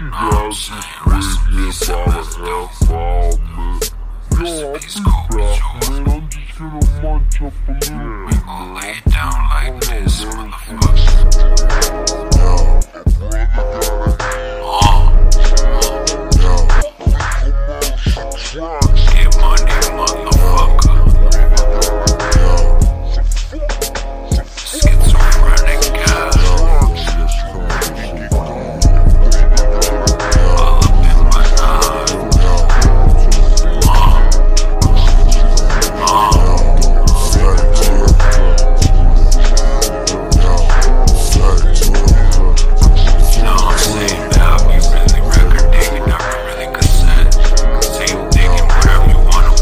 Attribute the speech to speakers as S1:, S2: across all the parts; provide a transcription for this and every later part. S1: lousy, weakness, all the hellfire, man. Yo, I'll be back, man. I'm just gonna munch up a little bit.
S2: Gonna lay it down like this, motherfucker. Get money, motherfucker. Schizophrenic guy. All up in my eyes. No, I'm saying now if you really record digging, I can really cassette. Tape digging, whatever you wanna,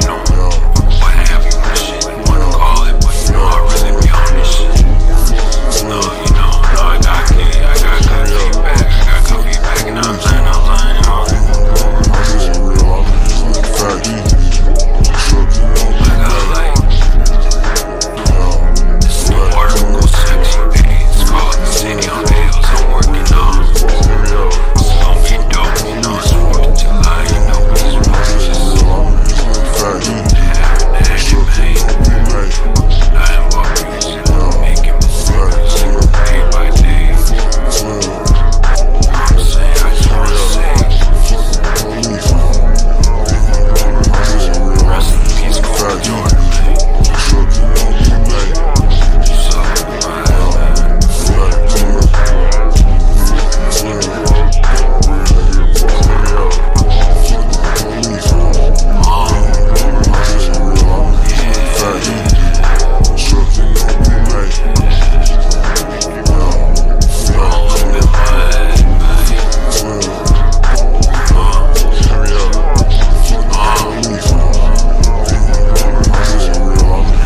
S2: you know, what have you, and shit you wanna call it, but you know, I really be on this shit. No, you know, no, I got key, I got good feedback, I got good feedback, and I'm saying, I'm saying, you know, I got like, this new article, sexy page, called The City on Hills, I'm working on. It's gonna be dope, you know, it's 4th of July, you know, it's really just having that it, man. Nothing but music, making mistakes, day by day. I'm saying, I just wanna say, rest in peace, Kobe Jordan, man. So, I, uh, all up in my head, man. Like, fuck the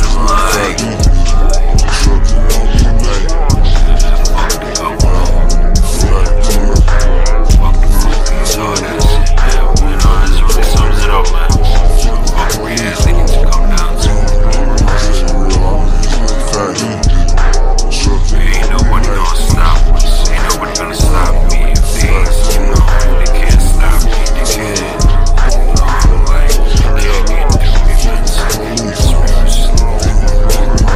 S2: government, fuck the police, all that shit, man. You know, that's really sums it up, man. Fuck reality to come down to. Ain't nobody gonna stop us. Ain't nobody gonna stop me. If they, you know, they can't stop me. They can't. You know, I'm like, they can't do me, man. Spiritually. Nothing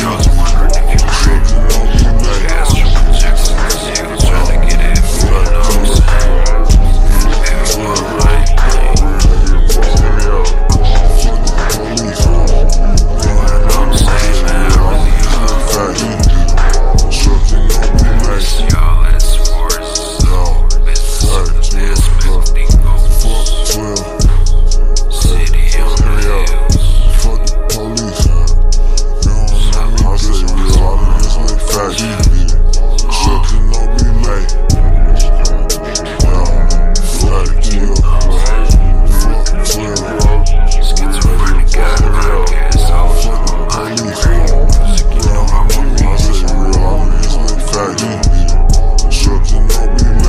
S2: else. Wondering if you trick. Astral projection. This shit was trying to get at me. You know what I'm saying? Everyone, like, you know what I'm saying, man? I really, uh, It's y'all as far as the business of the aspect they go City on the hills. Schizophrenic guy podcast. All up in my mind. Great music, you know I want to be.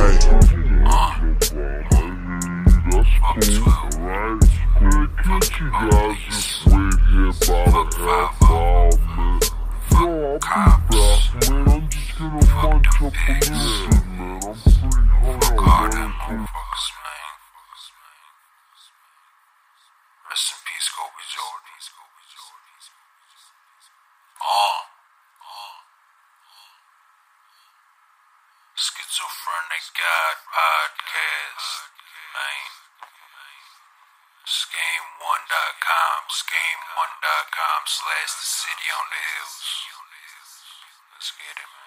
S1: That's cool, right? Good,
S2: Uh,
S1: get you guys this way here by
S2: fuck
S1: the
S2: five
S1: hellfire, man. Yo, I'll
S2: Fuck
S1: be
S2: cops.
S1: back, man. I'm just gonna munch up a little
S2: pigs.
S1: bit, man. I'm pretty
S2: Fuck all
S1: high
S2: them
S1: on
S2: motherfuckers, man.
S1: everything.
S2: Rest in peace, Kobe Jordan. Oh. Oh. Schizophrenic God Podcast. Man. Scam1.com. Scam1.com slash the city on the hills. Let's get it, man.